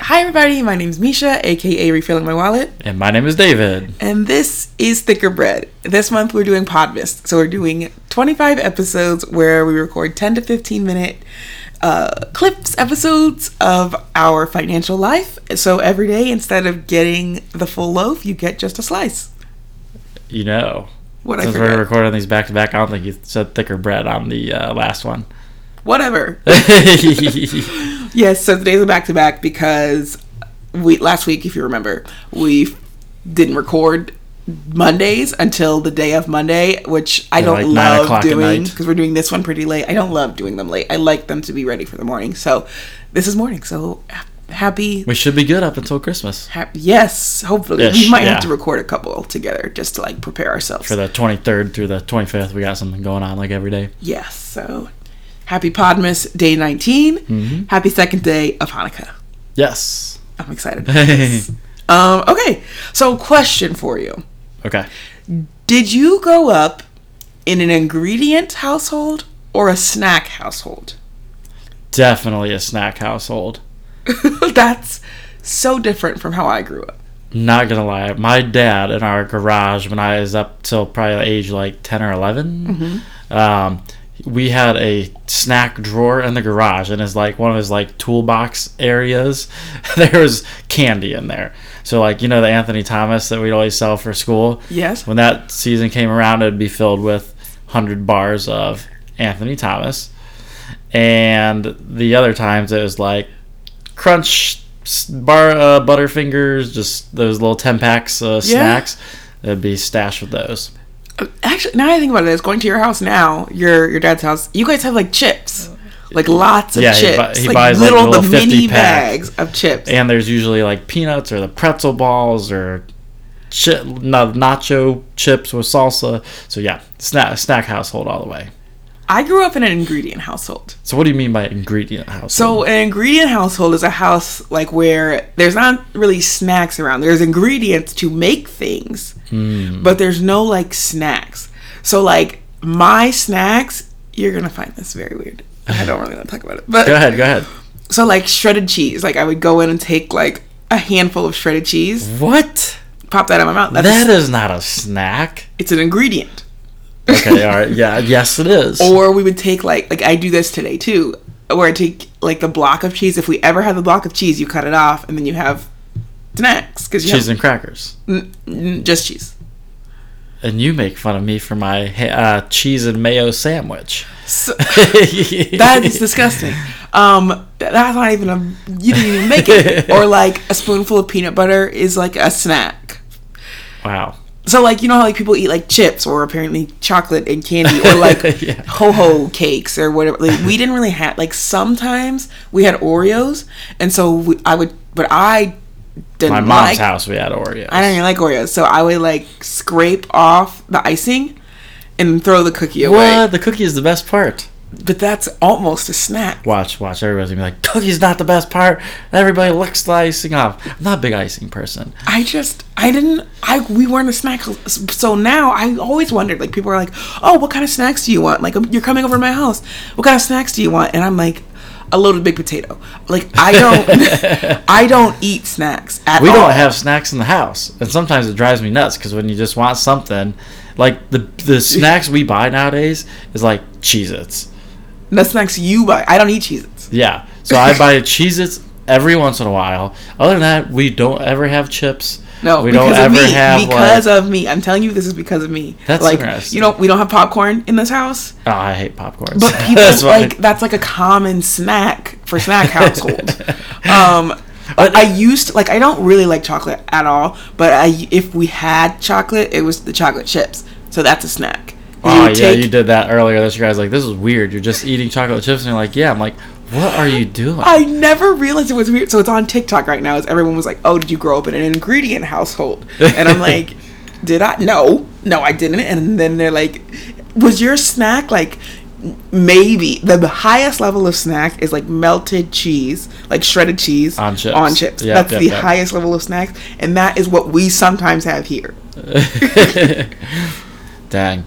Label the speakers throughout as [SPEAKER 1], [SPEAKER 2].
[SPEAKER 1] Hi, everybody. My name's Misha, aka Refilling My Wallet,
[SPEAKER 2] And my name is David.
[SPEAKER 1] and this is Thicker Bread. This month we're doing Podmist. So we're doing 25 episodes where we record 10 to 15 minute uh, clips, episodes of our financial life. So every day, instead of getting the full loaf, you get just a slice.
[SPEAKER 2] You know,
[SPEAKER 1] What I
[SPEAKER 2] since
[SPEAKER 1] forgot.
[SPEAKER 2] we're recording these back to back, I don't think you said thicker bread on the uh, last one.
[SPEAKER 1] Whatever.
[SPEAKER 2] yeah,
[SPEAKER 1] Yes, so today's a back to back because we last week, if you remember, we f- didn't record Mondays until the day of Monday, which I
[SPEAKER 2] Yeah,
[SPEAKER 1] don't
[SPEAKER 2] like nine
[SPEAKER 1] love
[SPEAKER 2] o'clock at
[SPEAKER 1] doing
[SPEAKER 2] night.
[SPEAKER 1] because we're doing this one pretty late. I don't love doing them late. I like them to be ready for the morning. So this is morning. So ha- happy.
[SPEAKER 2] we should be good up until Christmas
[SPEAKER 1] Happy, yes, hopefully we
[SPEAKER 2] Ish,
[SPEAKER 1] might
[SPEAKER 2] yeah.
[SPEAKER 1] have to record a couple together just to like prepare ourselves.
[SPEAKER 2] for the 23rd through the 25th. We got something going on like every day.
[SPEAKER 1] yes, so happy Podmas day 19
[SPEAKER 2] Mm-hmm.
[SPEAKER 1] Happy second day of Hanukkah.
[SPEAKER 2] Yes.
[SPEAKER 1] I'm excited. about this. um, okay, so question for you:
[SPEAKER 2] Okay.
[SPEAKER 1] Did you grow up in an ingredient household or a snack household?
[SPEAKER 2] Definitely a snack household.
[SPEAKER 1] That's so different from how I grew up.
[SPEAKER 2] Not gonna lie, my dad in our garage when I was up till probably age like ten or 11 um, we had a snack drawer in the garage, and it's like one of his like toolbox areas. there was candy in there, so like you know the Anthony Thomas that we'd always sell for school.
[SPEAKER 1] Yes.
[SPEAKER 2] When that season came around, it'd be filled with hundred bars of Anthony Thomas, and the other times it was like crunch s- bar uh, butterfingers just those little 10 packs uh, snacks that'd be stashed with those
[SPEAKER 1] Uh, Actually, now that I think about it, it's going to your house now, your your dad's house. You guys have like chips, like lots of
[SPEAKER 2] Yeah, he
[SPEAKER 1] chips,
[SPEAKER 2] bu- he buys, like,
[SPEAKER 1] little,
[SPEAKER 2] little
[SPEAKER 1] the
[SPEAKER 2] 50
[SPEAKER 1] mini
[SPEAKER 2] pack.
[SPEAKER 1] bags of chips.
[SPEAKER 2] and there's usually like peanuts or the pretzel balls or chi- no, nacho chips with salsa so yeah snack snack household all the way
[SPEAKER 1] I grew up in an ingredient household.
[SPEAKER 2] so what do you mean by ingredient household
[SPEAKER 1] So an ingredient household is a house like where there's not really snacks around. There's ingredients to make things,
[SPEAKER 2] Hmm.
[SPEAKER 1] but there's no like snacks. So like my snacks, you're gonna find this very weird. I don't really want to talk about it, but
[SPEAKER 2] go ahead go ahead
[SPEAKER 1] so like shredded cheese. Like I would go in and take like a handful of shredded cheese,
[SPEAKER 2] what
[SPEAKER 1] pop that in my mouth. That's
[SPEAKER 2] that is not a snack
[SPEAKER 1] it's an ingredient.
[SPEAKER 2] okay all right yeah yes it is
[SPEAKER 1] or we would take like like I do this today too, where I take like the block of cheese. If we ever have the block of cheese, you cut it off and then you have snacks because you
[SPEAKER 2] cheese
[SPEAKER 1] have
[SPEAKER 2] and crackers
[SPEAKER 1] n-
[SPEAKER 2] Mm,
[SPEAKER 1] n- just cheese.
[SPEAKER 2] and you make fun of me for my ha- uh, cheese and mayo sandwich
[SPEAKER 1] So, that is disgusting. Um, that's not even a you didn't even make it. or like a spoonful of peanut butter is like a snack.
[SPEAKER 2] wow
[SPEAKER 1] So like you know how like people eat like chips or apparently chocolate and candy or like
[SPEAKER 2] Yeah.
[SPEAKER 1] ho ho cakes or whatever. Like, we didn't really have like sometimes we had Oreos and so we, I would but I didn't
[SPEAKER 2] my mom's
[SPEAKER 1] like
[SPEAKER 2] house we had Oreos.
[SPEAKER 1] I didn't really like Oreos so I would like scrape off the icing and throw the cookie
[SPEAKER 2] what?
[SPEAKER 1] away.
[SPEAKER 2] The cookie is the best part.
[SPEAKER 1] But that's almost a snack.
[SPEAKER 2] Watch, watch. Everybody's gonna be like, "Cookie's not the best part." Everybody licks the icing off. I'm not a big icing person.
[SPEAKER 1] I just I didn't I we weren't a snack so now I always wondered like people are like oh what kind of snacks do you want like um, you're coming over to my house what kind of snacks do you want and I'm like a loaded baked potato like I don't I don't eat snacks at
[SPEAKER 2] We
[SPEAKER 1] all.
[SPEAKER 2] don't have snacks in the house, and sometimes it drives me nuts because when you just want something, like the the snacks we buy nowadays is like Cheez-Its.
[SPEAKER 1] the snacks you buy I don't eat Cheez-Its
[SPEAKER 2] Yeah. So I buy Cheez-Its every once in a while. Other than that, we don't ever have chips.
[SPEAKER 1] no
[SPEAKER 2] we
[SPEAKER 1] because
[SPEAKER 2] don't
[SPEAKER 1] of
[SPEAKER 2] ever
[SPEAKER 1] me
[SPEAKER 2] have
[SPEAKER 1] because
[SPEAKER 2] like,
[SPEAKER 1] of me I'm telling you this is because of me
[SPEAKER 2] That's
[SPEAKER 1] like
[SPEAKER 2] interesting.
[SPEAKER 1] you know we don't have popcorn in this house
[SPEAKER 2] oh, I hate popcorn.
[SPEAKER 1] But people
[SPEAKER 2] That's why-
[SPEAKER 1] like that's like a common snack for snack household. um,
[SPEAKER 2] But-
[SPEAKER 1] I used to, like I don't really like chocolate at all, but I if we had chocolate, it was the chocolate chips. So that's a snack.
[SPEAKER 2] Oh
[SPEAKER 1] would
[SPEAKER 2] yeah, you did that earlier this year. I was like, "This is weird. You're just eating chocolate chips," and you're like, "Yeah." I'm like, "What are you doing?"
[SPEAKER 1] I never realized it was weird. So it's on TikTok right now. Is everyone was like, "Oh, did you grow up in an ingredient household?" And I'm like, "Did I? No, no, I didn't." And then they're like, "Was your snack like m- maybe the highest level of snack is like melted cheese, like shredded cheese
[SPEAKER 2] On chips.
[SPEAKER 1] On chips.
[SPEAKER 2] Yep,
[SPEAKER 1] That's
[SPEAKER 2] yep,
[SPEAKER 1] the
[SPEAKER 2] yep.
[SPEAKER 1] highest level of snacks, and that is what we sometimes have here.
[SPEAKER 2] Dang.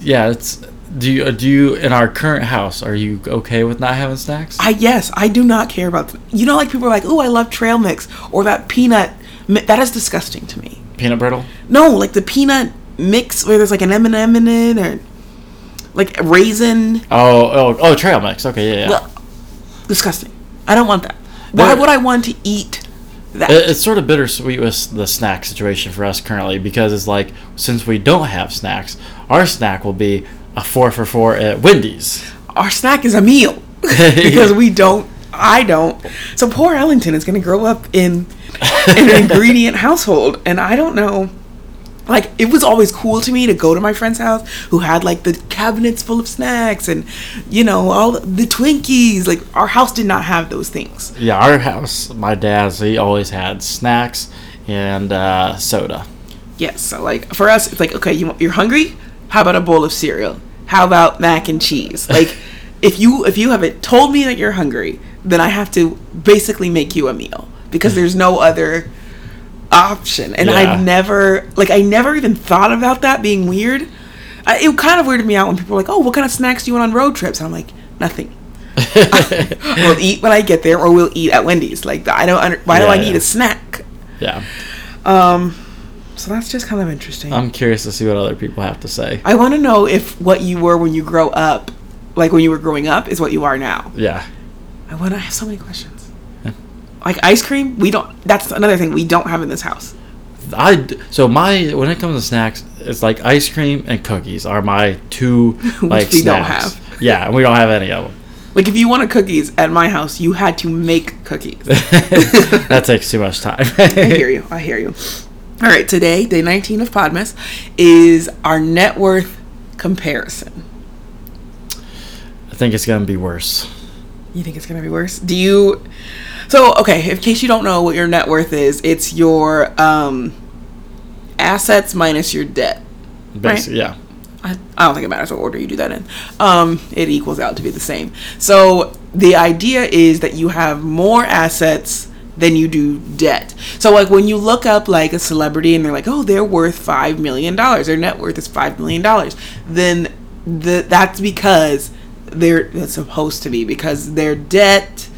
[SPEAKER 2] Yeah, it's Do you do you in our current house? Are you okay with not having snacks?
[SPEAKER 1] I yes, I do not care about. th- You know, like people are like, "Oh, I love trail mix" or that peanut. mi- That is disgusting to me.
[SPEAKER 2] Peanut brittle.
[SPEAKER 1] No, like the peanut mix where there's like an M and m in it, or like raisin.
[SPEAKER 2] Oh oh oh, trail mix. Okay, yeah, yeah.
[SPEAKER 1] Well, disgusting. I don't want that. Why
[SPEAKER 2] There-
[SPEAKER 1] would I want to eat that?
[SPEAKER 2] It- It's sort of bittersweet with the snack situation for us currently because it's like since we don't have snacks, our snack will be a four for four at Wendy's.
[SPEAKER 1] Our snack is a meal because we don't. I don't. So poor Ellington is going to grow up in in an ingredient household, and I don't know. Like it was always cool to me to go to my friend's house who had like the cabinets full of snacks and you know all the Twinkies. Like our house did not have those things.
[SPEAKER 2] Yeah, our house, my dad's, he always had snacks and uh, soda.
[SPEAKER 1] Yes, so like for us, it's like okay, you, you're hungry. How about a bowl of cereal? How about mac and cheese? Like, if you if you haven't told me that you're hungry, then I have to basically make you a meal because there's no other option. And
[SPEAKER 2] Yeah.
[SPEAKER 1] I've never like I never even thought about that being weird. I, it kind of weirded me out when people were like, "Oh, what kind of snacks do you want on road trips?" And I'm like, "Nothing." we'll eat when I get there, or we'll eat at Wendy's. Like, I don't. Under, why do
[SPEAKER 2] Yeah,
[SPEAKER 1] I need
[SPEAKER 2] yeah.
[SPEAKER 1] a snack?
[SPEAKER 2] Yeah.
[SPEAKER 1] Um, so that's just kind of interesting.
[SPEAKER 2] I'm curious to see what other people have to say.
[SPEAKER 1] I want to know if what you were when you grow up, like when you were growing up, is what you are now.
[SPEAKER 2] Yeah.
[SPEAKER 1] I want to have so many questions.
[SPEAKER 2] Yeah.
[SPEAKER 1] Like ice cream, we don't. That's another thing we don't have in this house.
[SPEAKER 2] I d- so my when it comes to snacks, it's like ice cream and cookies are my two like
[SPEAKER 1] we don't
[SPEAKER 2] snacks. Yeah, we don't have any of them.
[SPEAKER 1] Like if you wanted cookies at my house, you had to make cookies.
[SPEAKER 2] that takes too much time.
[SPEAKER 1] I hear you. I hear you. All right, today, day 19 of Podmas, is our net worth comparison.
[SPEAKER 2] I think it's gonna be worse.
[SPEAKER 1] You think it's gonna be worse? Do you? So okay, in case you don't know what your net worth is, it's your um, assets minus your debt.
[SPEAKER 2] Basically, yeah.
[SPEAKER 1] I, I don't think it matters what order you do that in. Um, it equals out to be the same. So the idea is that you have more assets than you do debt. So like when you look up like a celebrity and they're like, oh, they're worth five million dollars. Their net worth is five million dollars. Then the that's because they're that's supposed to be because their debt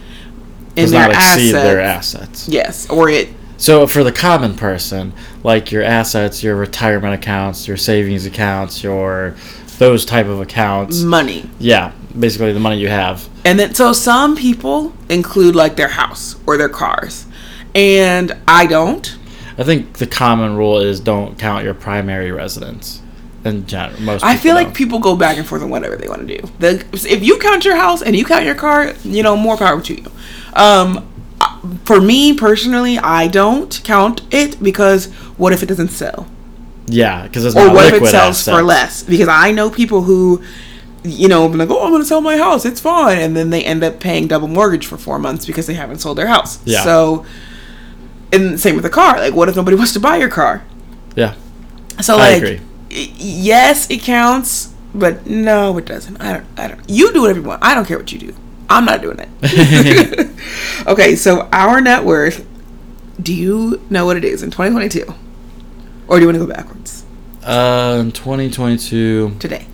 [SPEAKER 1] and
[SPEAKER 2] Does
[SPEAKER 1] their
[SPEAKER 2] not exceed
[SPEAKER 1] assets.
[SPEAKER 2] their assets.
[SPEAKER 1] yes, or it
[SPEAKER 2] So for the common person, like your assets, your retirement accounts, your savings accounts, your those type of accounts.
[SPEAKER 1] money.
[SPEAKER 2] Yeah, basically the money you have.
[SPEAKER 1] And then, so some people include like their house or their cars. And I don't.
[SPEAKER 2] I think the common rule is don't count your primary residence. In general, most
[SPEAKER 1] I feel like
[SPEAKER 2] don't.
[SPEAKER 1] people go back and forth on whatever they want to do. The, if you count your house and you count your car, you know, more power to you. Um, I- for me personally, I don't count it because what if it doesn't sell?
[SPEAKER 2] yeah, because it's
[SPEAKER 1] or
[SPEAKER 2] not
[SPEAKER 1] what if
[SPEAKER 2] liquid
[SPEAKER 1] it sells
[SPEAKER 2] assets.
[SPEAKER 1] for less? Because I know people who, you know, been like, oh, I'm gonna sell my house, it's fine, and then they end up paying double mortgage for four months because they haven't sold their house.
[SPEAKER 2] Yeah.
[SPEAKER 1] So, and same with the car. Like, what if nobody wants to buy your car?
[SPEAKER 2] Yeah,
[SPEAKER 1] So
[SPEAKER 2] I
[SPEAKER 1] like,
[SPEAKER 2] agree.
[SPEAKER 1] y- yes, it counts, but no, it doesn't. I don't. I don't. You do whatever you want. I don't care what you do. I'm not doing it. okay, so our net worth. Do you know what it is in 2022, or do you want to go backwards
[SPEAKER 2] uh, in 2022,
[SPEAKER 1] today?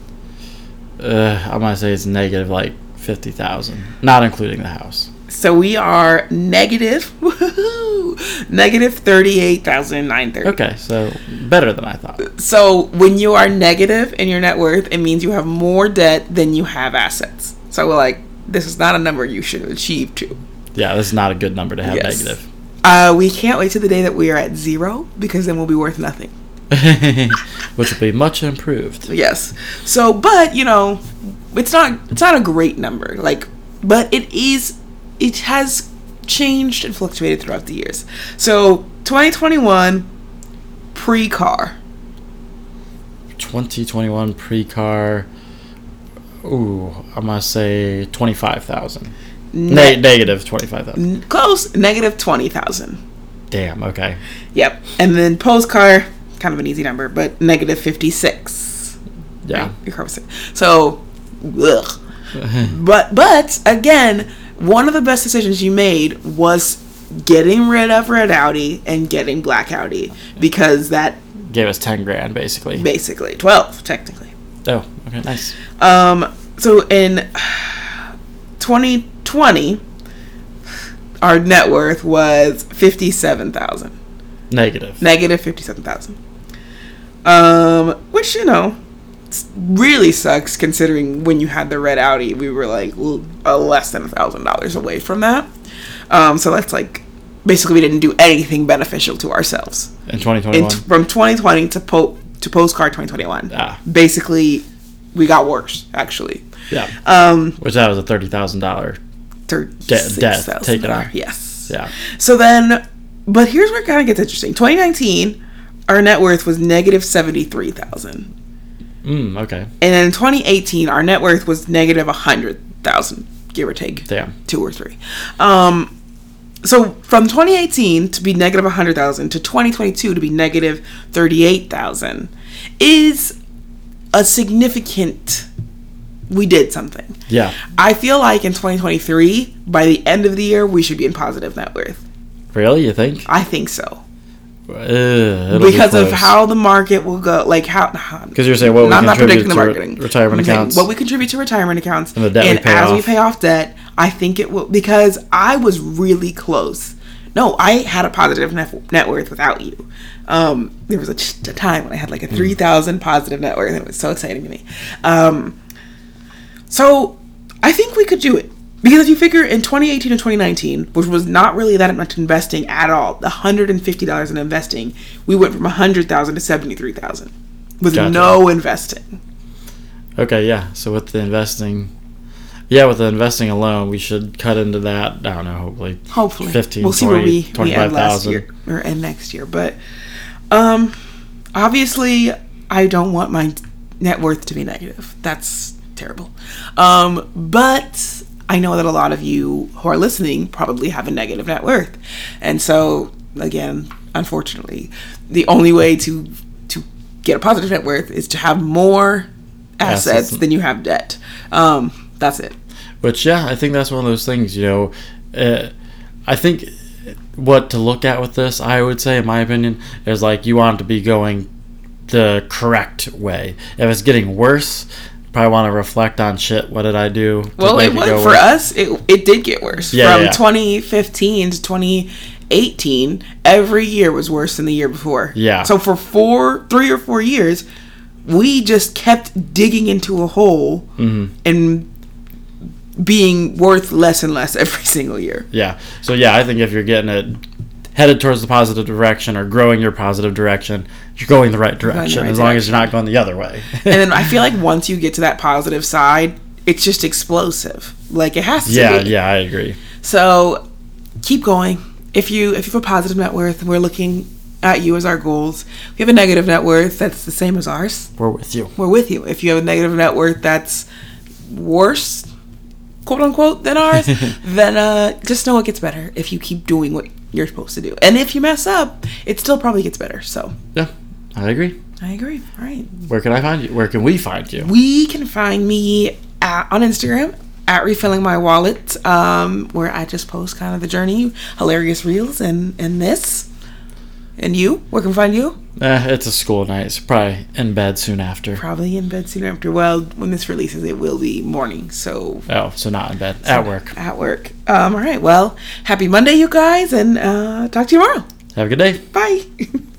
[SPEAKER 2] uh, I'm gonna say it's negative like fifty thousand, not including the house.
[SPEAKER 1] So we are negative, woohoo, negative 38,930.
[SPEAKER 2] Okay, so better than I thought.
[SPEAKER 1] So when you are negative in your net worth, it means you have more debt than you have assets. So we're like, this is not a number you should achieve to.
[SPEAKER 2] Yeah, this is not a good number to have
[SPEAKER 1] Yes.
[SPEAKER 2] negative.
[SPEAKER 1] Uh, we can't wait to the day that we are at zero because then we'll be worth nothing.
[SPEAKER 2] which will be much improved.
[SPEAKER 1] Yes. So, but you know, it's not it's not a great number. Like, but it is. It has changed and fluctuated throughout the years. So, 2021 pre-car.
[SPEAKER 2] 2021 pre-car. Ooh, I'm gonna say 25,000. Ne-
[SPEAKER 1] Ne-
[SPEAKER 2] negative 25,000.
[SPEAKER 1] n- close negative 20,000.
[SPEAKER 2] Damn. Okay.
[SPEAKER 1] Yep. And then post-car, kind of an easy number, but negative 56.
[SPEAKER 2] Yeah.
[SPEAKER 1] Your car was sick. So, ugh. but but again, one of the best decisions you made was getting rid of Red Audi and getting Black Audi because that
[SPEAKER 2] Gave us 10 grand basically.
[SPEAKER 1] basically twelve technically.
[SPEAKER 2] Oh, Okay, nice.
[SPEAKER 1] Um, so in 2020, our net worth was 57,000.
[SPEAKER 2] Negative.
[SPEAKER 1] Negative 57,000. Um, which, you know, s- really sucks considering when you had the red Audi, we were like l- uh, less than $1,000 away from that. Um, so that's like basically we didn't do anything beneficial to ourselves.
[SPEAKER 2] in
[SPEAKER 1] In
[SPEAKER 2] 2021.
[SPEAKER 1] t- from 2020 to po- to postcard 2021.
[SPEAKER 2] Ah.
[SPEAKER 1] Basically, we got worse actually.
[SPEAKER 2] yeah.
[SPEAKER 1] Um,
[SPEAKER 2] Which that was a thirty thousand dollar.
[SPEAKER 1] thirty-six thousand.
[SPEAKER 2] take it off.
[SPEAKER 1] Yes.
[SPEAKER 2] Yeah.
[SPEAKER 1] So then, but here's where it kind of gets interesting. 2019, our net worth was negative seventy-three thousand,
[SPEAKER 2] Mm, okay.
[SPEAKER 1] and in 2018, our net worth was negative a hundred thousand, give or take
[SPEAKER 2] Damn.
[SPEAKER 1] two or three. Um, so from 2018 to be negative 100,000 to 2022 to be negative 38,000 is a significant. We did something.
[SPEAKER 2] Yeah.
[SPEAKER 1] I feel like in 2023, by the end of the year, we should be in positive net worth.
[SPEAKER 2] Really? You think?
[SPEAKER 1] I think so
[SPEAKER 2] Ugh, it'll be
[SPEAKER 1] because of
[SPEAKER 2] close.
[SPEAKER 1] how the market will go. Like how.
[SPEAKER 2] Because you're saying what we
[SPEAKER 1] I'm not predicting
[SPEAKER 2] contribute to
[SPEAKER 1] the marketing.
[SPEAKER 2] re- retirement
[SPEAKER 1] I'm saying
[SPEAKER 2] accounts.
[SPEAKER 1] What we contribute to retirement accounts
[SPEAKER 2] the debt we
[SPEAKER 1] and
[SPEAKER 2] pay
[SPEAKER 1] as we
[SPEAKER 2] off.
[SPEAKER 1] pay off debt, I think it will because I was really close. No, I had a positive net, net worth without you. Um, there was a, ch- a time when I had like a
[SPEAKER 2] Hmm.
[SPEAKER 1] three thousand positive net worth, and it was so exciting to me. Um, so I think we could do it. Because if you figure in 2018 and 2019, which was not really that much investing at all, the $150 in investing, we went from 100000 to 73000 with
[SPEAKER 2] Gotcha.
[SPEAKER 1] no investing.
[SPEAKER 2] okay. Yeah. So with the investing. Yeah, with the investing alone, we should cut into that. I don't know. Hopefully,
[SPEAKER 1] Hopefully.
[SPEAKER 2] 15,
[SPEAKER 1] we'll see where
[SPEAKER 2] 20,
[SPEAKER 1] we, we end last
[SPEAKER 2] 25,000.
[SPEAKER 1] year or end next year. But um, obviously, I don't want my net worth to be negative. That's terrible. Um, but I know that a lot of you who are listening probably have a negative net worth. And so, again, unfortunately, the only way to to get a positive net worth is to have more assets,
[SPEAKER 2] Assets.
[SPEAKER 1] than you have debt. Um, that's it.
[SPEAKER 2] But yeah, I think that's one of those things, you know. Uh, I think what to look at with this, I would say, in my opinion, is like you want it to be going the correct way. If it's getting worse, probably want to reflect on shit. What did I do? to
[SPEAKER 1] Well,
[SPEAKER 2] make
[SPEAKER 1] it was
[SPEAKER 2] go
[SPEAKER 1] for
[SPEAKER 2] worse?
[SPEAKER 1] us. It it did get worse
[SPEAKER 2] Yeah,
[SPEAKER 1] from
[SPEAKER 2] yeah.
[SPEAKER 1] 2015 to 2018. Every year was worse than the year before.
[SPEAKER 2] Yeah.
[SPEAKER 1] So for four, three or four years, we just kept digging into a hole
[SPEAKER 2] Mm-hmm.
[SPEAKER 1] and being worth less and less every single year.
[SPEAKER 2] Yeah. So yeah, I think if you're getting it headed towards the positive direction or growing your positive direction, you're going the right direction
[SPEAKER 1] right
[SPEAKER 2] as long as you're not going the other way.
[SPEAKER 1] And then I feel like once you get to that positive side, it's just explosive. Like it has to
[SPEAKER 2] yeah,
[SPEAKER 1] be.
[SPEAKER 2] yeah, I agree.
[SPEAKER 1] So keep going. If you if you have a positive net worth, we're looking at you as our goals. If you have a negative net worth that's the same as ours,
[SPEAKER 2] We're with you.
[SPEAKER 1] we're with you. If you have a negative net worth that's worse, quote unquote, than ours, then uh, just know it gets better if you keep doing what you're supposed to do. And if you mess up, it still probably gets better. So
[SPEAKER 2] Yeah. I agree.
[SPEAKER 1] I agree. All right.
[SPEAKER 2] Where can I find you? Where can we find you?
[SPEAKER 1] We can find me at, on Instagram at refilling my wallet, um, where I just post kind of the journey, hilarious reels, and and this. And you, where can we find you?
[SPEAKER 2] Eh, it's a school night. So probably in bed soon after.
[SPEAKER 1] Probably in bed soon after. Well, when this releases, it will be morning, so
[SPEAKER 2] Oh, so not in bed. At work.
[SPEAKER 1] at work. Um, all right. Well, happy Monday, you guys, and uh, talk to you tomorrow.
[SPEAKER 2] Have a good day.
[SPEAKER 1] Bye.